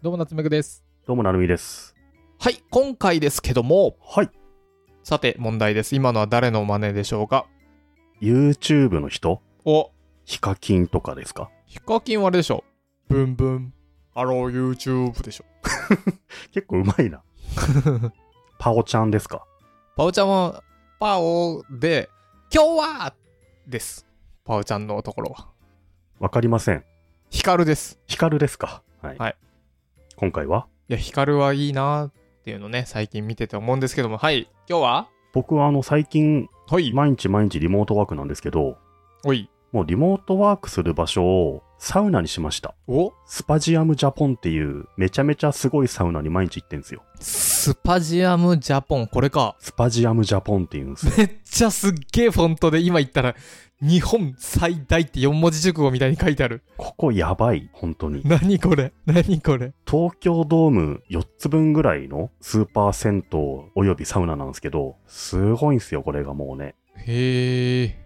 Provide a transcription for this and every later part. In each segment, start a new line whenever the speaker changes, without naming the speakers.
どうも、夏目くです。
どうも、なるみです。
はい、今回ですけども、
はい。
さて、問題です。今のは誰の真似でしょうか
YouTube の人
お、
ヒカキンとかですか
ヒカキンはあれでしょブンブン。ハロー YouTube でしょ。
結構うまいな。パオちゃんですか
パオちゃんは、パオで、今日はです。パオちゃんのところは。
わかりません。
ヒカルです。
ヒカルですかはい。
はい
今回はい
や、ヒカルはいいなっていうのね、最近見てて思うんですけども、はい、今日は
僕はあの、最近、
ほい、
毎日毎日リモートワークなんですけど、
おい、
もうリモートワークする場所をサウナにしました。
お
スパジアムジャポンっていう、めちゃめちゃすごいサウナに毎日行ってんですよ。
スパジアムジャポン、これか。
スパジアムジャポンっていうんですよ。
めっちゃすっげえフォントで今言ったら日本最大って4文字熟語みたいに書いてある
ここやばい、本当に。
何これ何これ
東京ドーム4つ分ぐらいのスーパー銭湯およびサウナなんですけど、すごいんすよ、これがもうね。
へえ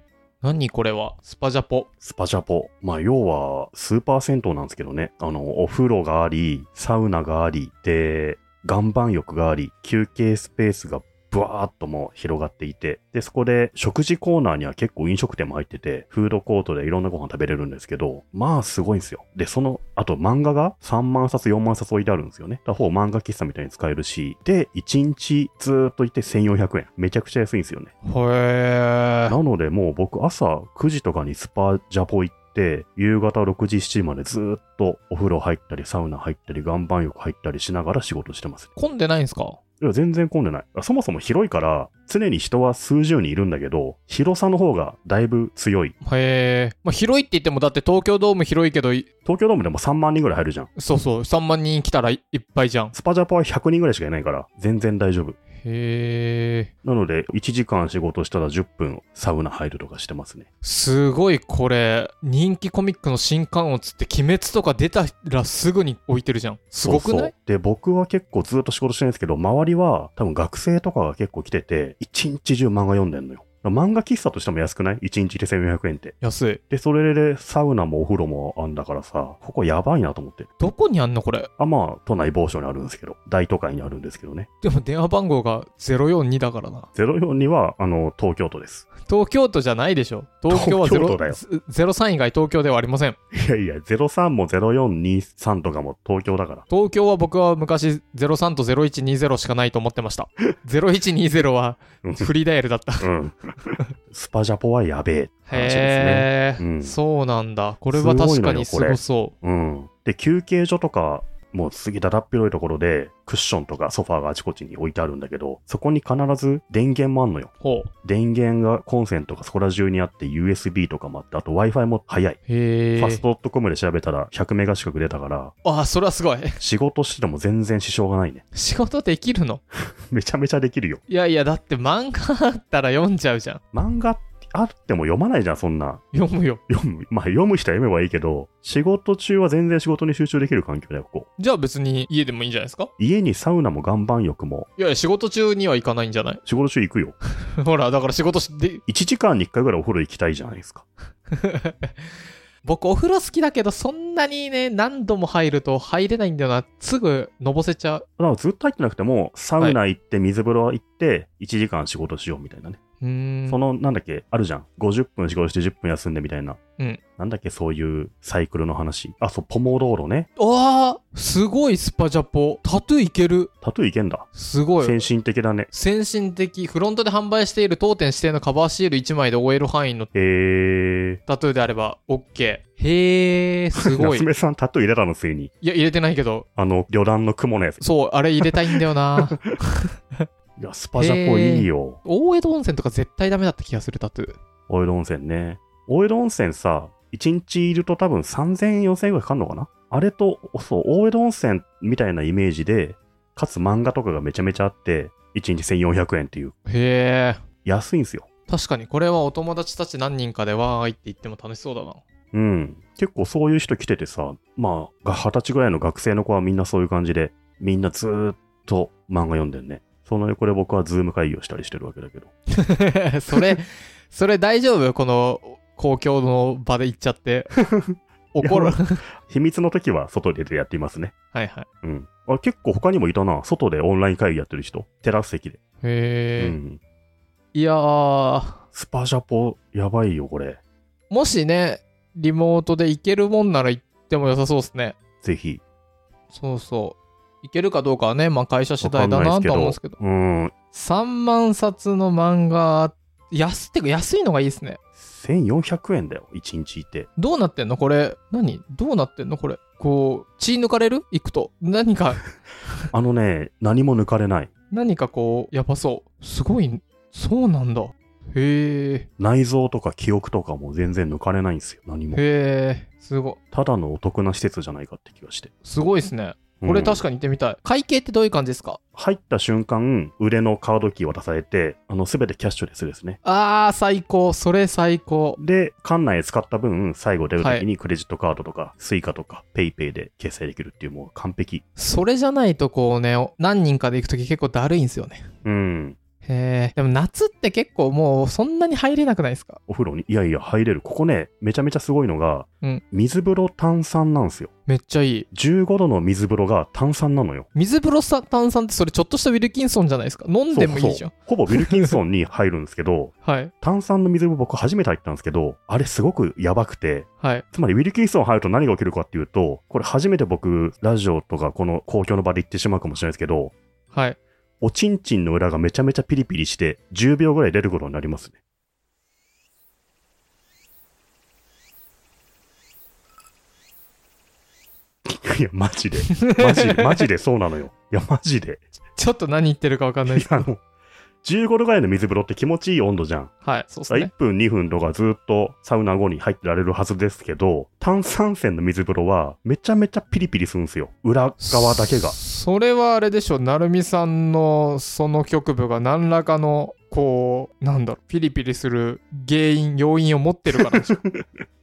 何これはスパジャポ
スパジャポ。まあ、要は、スーパー銭湯なんですけどね。あの、お風呂があり、サウナがあり、で、岩盤浴があり、休憩スペースがブワーっともう広がっていて、で、そこで食事コーナーには結構飲食店も入ってて、フードコートでいろんなご飯食べれるんですけど、まあすごいんですよ。で、その、あと漫画が3万冊、4万冊置いてあるんですよね。他方漫画喫茶みたいに使えるし、で、1日ずーっといて1400円。めちゃくちゃ安いんですよね。
へえ
なのでもう僕朝9時とかにスパジャポ行って、夕方6時7時までずーっとお風呂入ったり、サウナ入ったり、岩盤浴入ったりしながら仕事してます。
混んでないんすか
いや、全然混んでない。そもそも広いから、常に人は数十人いるんだけど、広さの方がだいぶ強い。
へえ、まあ、広いって言ってもだって東京ドーム広いけどい
東京ドームでも3万人ぐらい入るじゃん。
そうそう3万人来たらいいっぱいじゃん
スパジャパは100人ぐらいしかいないから、全然大丈夫。
へえ
なので、1時間仕事したら10分サウナ入るとかしてますね。
すごいこれ人気コミックの新刊をつって「鬼滅」とか出たらすぐに置いてるじゃんすごくない
そうそうで、僕は結構ずっと仕事してないんですけど、周りは多分学生とかが結構来てて、1日中漫画読んでんのよ。漫画喫茶としても安くない ?1 日で1400円って。
安い
で、それでサウナもお風呂もあんだからさ、ここやばいなと思って。
どこにあんのこれ
あ、まあ、都内某所にあるんですけど、大都会にあるんですけどね。
でも電話番号が042だからな。
042は、あの、東京都です。
東京都じゃないでしょ。東京は
東京都だよ
0 03以外東京ではありません。
いやいや、03も0423とかも東京だから。
東京は僕は昔03と0120しかないと思ってま した。0120は
うん
フリーダイヤル だった。
うん。スパジャポはやべえ話ですね。
へえ、
うん
そうなんだ。これは確かにす
すごい
ご
のよこれ
そ
うん。で、休憩所とか、もうすげえだだっ広いところで、クッションとかソファーがあちこちに置いてあるんだけど、そこに必ず電源もあんのよ。
う。ほう。
電源がコンセントがそこら中にあって、USB とかもあって、あと Wi-Fi も早い。
へ
ファス
え。
ト .com で調べたら100メガ近く出たから、
ああ、それはすごい。
仕事してても全然支障がないね。
仕事できるの
めちゃめちゃできるよ。
いやいや、だって漫画あったら読んじゃうじゃん。
漫画あっても読まないじゃん、そんな。
読むよ。
読む、まあ読む人は読めばいいけど、仕事中は全然仕事に集中できる環境だよ、ここ。
じゃあ別に家でもいいんじゃないですか
家にサウナも岩盤浴も、
いやいや、仕事中には行かないんじゃない
仕事中行くよ。
ほら、だから仕事しで
1時間に1回ぐらいお風呂行きたいじゃないですか。
僕お風呂好きだけどそんなにね何度も入ると入れないんだよなすぐのぼせちゃう
だからずっと入ってなくても、サウナ行って、水風呂行って、1時間仕事しようみたいなね。
うーん
その、なんだっけ、あるじゃん。50分仕事して10分休んでみたいな。
うん
なんだっけ、そういうサイクルの話。あ、そう、ポモドーロね。
あーすごいスパジャポタトゥーいける
タトゥーいけんだ。
すごい
先進的だね。
先進的フロントで販売している当店指定のカバーシール1枚で終える範囲の
へー。
タトゥーであれば OK へえすごい
夏目さんタトゥー入れたのついに。
いや入れてないけど
あの、旅団の雲のやつ。
そうあれ入れたいんだよな
いや、スパジャポいいよ。
大江戸温泉とか絶対ダメだった気がするタトゥー
大江戸温泉ね。大江戸温泉さ、1日いると多分3000円、4000円ぐらいかかるのかなあれと、そう、大江戸温泉みたいなイメージで、かつ漫画とかがめちゃめちゃあって、1日1400円っていう、
へえ
安いんすよ。
確かにこれはお友達たち何人かでわーいって言っても楽しそうだな
うん。結構そういう人来ててさ、まあ、が二十歳ぐらいの学生の子はみんなそういう感じで、みんなずーっと漫画読んでんね。その横で僕はズーム会議をしたりしてるわけだけど。
それ、それ大丈夫この公共の場で行っちゃって。怒る。
いや秘密の時は外でやっていますね。
はいはい。
うん。あ結構他にもいたな。外でオンライン会議やってる人。テラス席で。
へえ、
うん。
いやー、
スパジャポ、やばいよ、これ。
もしね、リモートで行けるもんなら行っても良さそうですね。
ぜひ。
そうそう。行けるかどうかはね、まあ会社次第だなとは思うんですけど。
うん。
3万冊の漫画、安ってか安いのがいいですね。
1400円だよ。1日いて。
どうなってんのこれ。何どうなってんのこれ。こう、血抜かれる行くと。何か、
あのね、何も抜かれない。
何かこう、やばそう。すごい、そうなんだ。へ
内臓とか記憶とかも全然抜かれないんですよ。何
え。
も。
へえ。すご、
ただのお得な施設じゃないかって気がして。
すごいですね。
うん
これ確かに行ってみたい。会計ってどういう感じですか
入った瞬間、腕のカードキー渡されて、あの、すべてキャッシュレスですね。
あー、最高。それ最高。
で、館内使った分、最後出ると
は
き
い
にクレジットカードとか、スイカとか、ペイペイで決済できるっていう、もう完璧。
それじゃないとこうね、何人かで行くとき結構だるいんですよね。
うん。
へえ。でも夏って結構もうそんなに入れなくないですか
お風呂に、いやいや、入れる。ここね、めちゃめちゃすごいのが、
うん
水風呂炭酸なんですよ。
めっちゃいい。
15度の水風呂が炭酸なのよ。
水風呂さ炭酸ってそれちょっとしたウィルキンソンじゃないですか。飲んでもいいじ
そ
ゃ。
うんそうほぼウィルキンソンに入るんです けど、
はい。
炭酸の水風呂僕初めて入ったんですけど、あれすごくやばくて、
はい。
つまりウィルキンソン入ると何が起きるかっていうと、これ初めて僕、ラジオとかこの公共の場で言ってしまうかもしれないですけど、
はい。
おちんちんの裏がめちゃめちゃピリピリして、10秒ぐらい出ることになりますね。 いや、マジで。マ ジで、マジでそうなのよ。いや、マジで。
ちょっと何言ってるかわかんない
い
です。
や、あの、15度ぐらいの水風呂って気持ちいい温度じゃん。
はい。そうです
1
ね。
分、2分とかずっとサウナ後に入ってられるはずですけど、炭酸泉の水風呂はめちゃめちゃピリピリするんですよ。裏側だけが。
それはあれでしょう。なるみさんのその局部が何らかの、こう、なんだろう、ピリピリする原因、要因を持ってるからでしょ。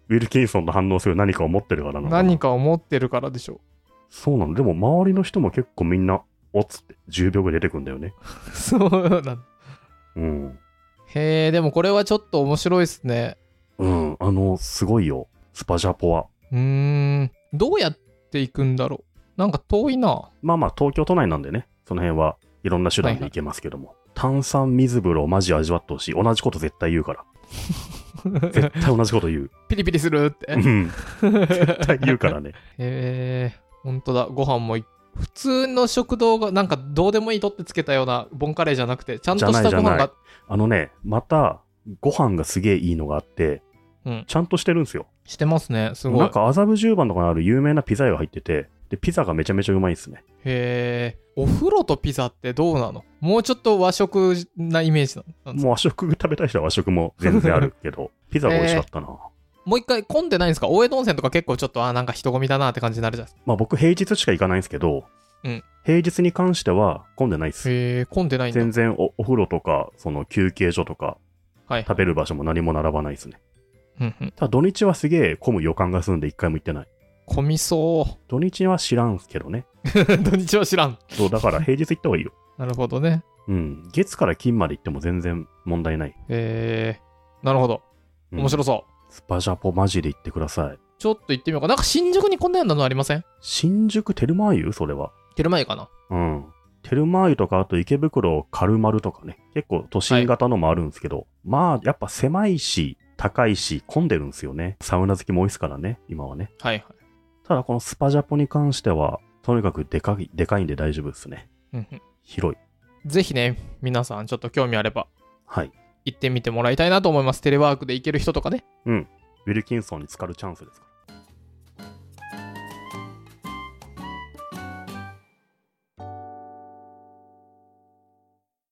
ウィルキンソンの反応する何かを持ってるからな のかな
何かを持ってるからでしょ
そうなの。でも周りの人も結構みんな、おっつって10秒ぐらい出てくんだよね。
う。そうなんだ。
うん。
へえ、でもこれはちょっと面白いですね。
うん。あの、すごいよ。スパジャポは。
うーん、どうやって行くんだろう。なんか遠い な。
まあまあ、東京都内なんでね、その辺はいろんな手段で行けますけども。炭酸水風呂をマジ味わってほしい。同じこと絶対言う から。絶対同じこと言う。
ピリピリするって。
うん。絶対言うからね。
へえ、ほんとだ。ご飯もい普通の食堂が、なんかどうでもいい取ってつけたようなボンカレーじゃなくて、ちゃんとした
じゃ
ご
ない
飯
じゃ
が。
あのね、また、ご飯がすげえいいのがあって、
うん
ちゃんとしてるんですよ。
してますね。すご
ないん。か麻布十番とかにある有名なピザ屋が入ってて、で、ピザがめちゃめちゃうまいんですね。
へえ、お風呂とピザってどうなのもうちょっと和食なイメージなの。
もう和食食べたい人は和食も全然あるけ ど、ピザが美味しかったな。
もう一回混んでないんですか大江戸温泉とか結構ちょっと、あー、なんか人混みだなって感じになるじゃないです
まあ僕平日しか行かないんですけど、
うん
平日に関しては混んでないで
か。
す。
へえ、混んでないんだ。
全然おお風呂とか、その休憩所とか、
はい。
食べる場所も何も並ばないですね。
うんうん。
ただ土日はすげえ混む予感がするんで一回も行ってない。
混みそう。
土日は知らんすけどね。
土日は知らん。
そう、だから平日行った方がいいよ。
なるほどね。
うん。月から金まで行っても全然問題ない。
えー、なるほど。
うん
面白そう。
スパジャポマジで行ってください。
ちょっと行ってみようか。なんか新宿にこんなようなのありません
新宿テルマーユそれは。
テルマエかな
うん。テルマー湯とか、あと池袋カルマルとかね、結構都心型のもあるんですけど、まあ、やっぱ狭いし、高いし、混んでるんですよね。サウナ好きも多いですからね、今はね。
はいはい。
ただ、このスパジャポに関しては、とにかくでかい、でかいんで大丈夫ですね。
うんうん
広い。
ぜひね、皆さんちょっと興味あれば
はい。
行ってみてもらいたいなと思います。テレワークで行ける人とかね。
ウィルキンソンに浸かるチャンスですから。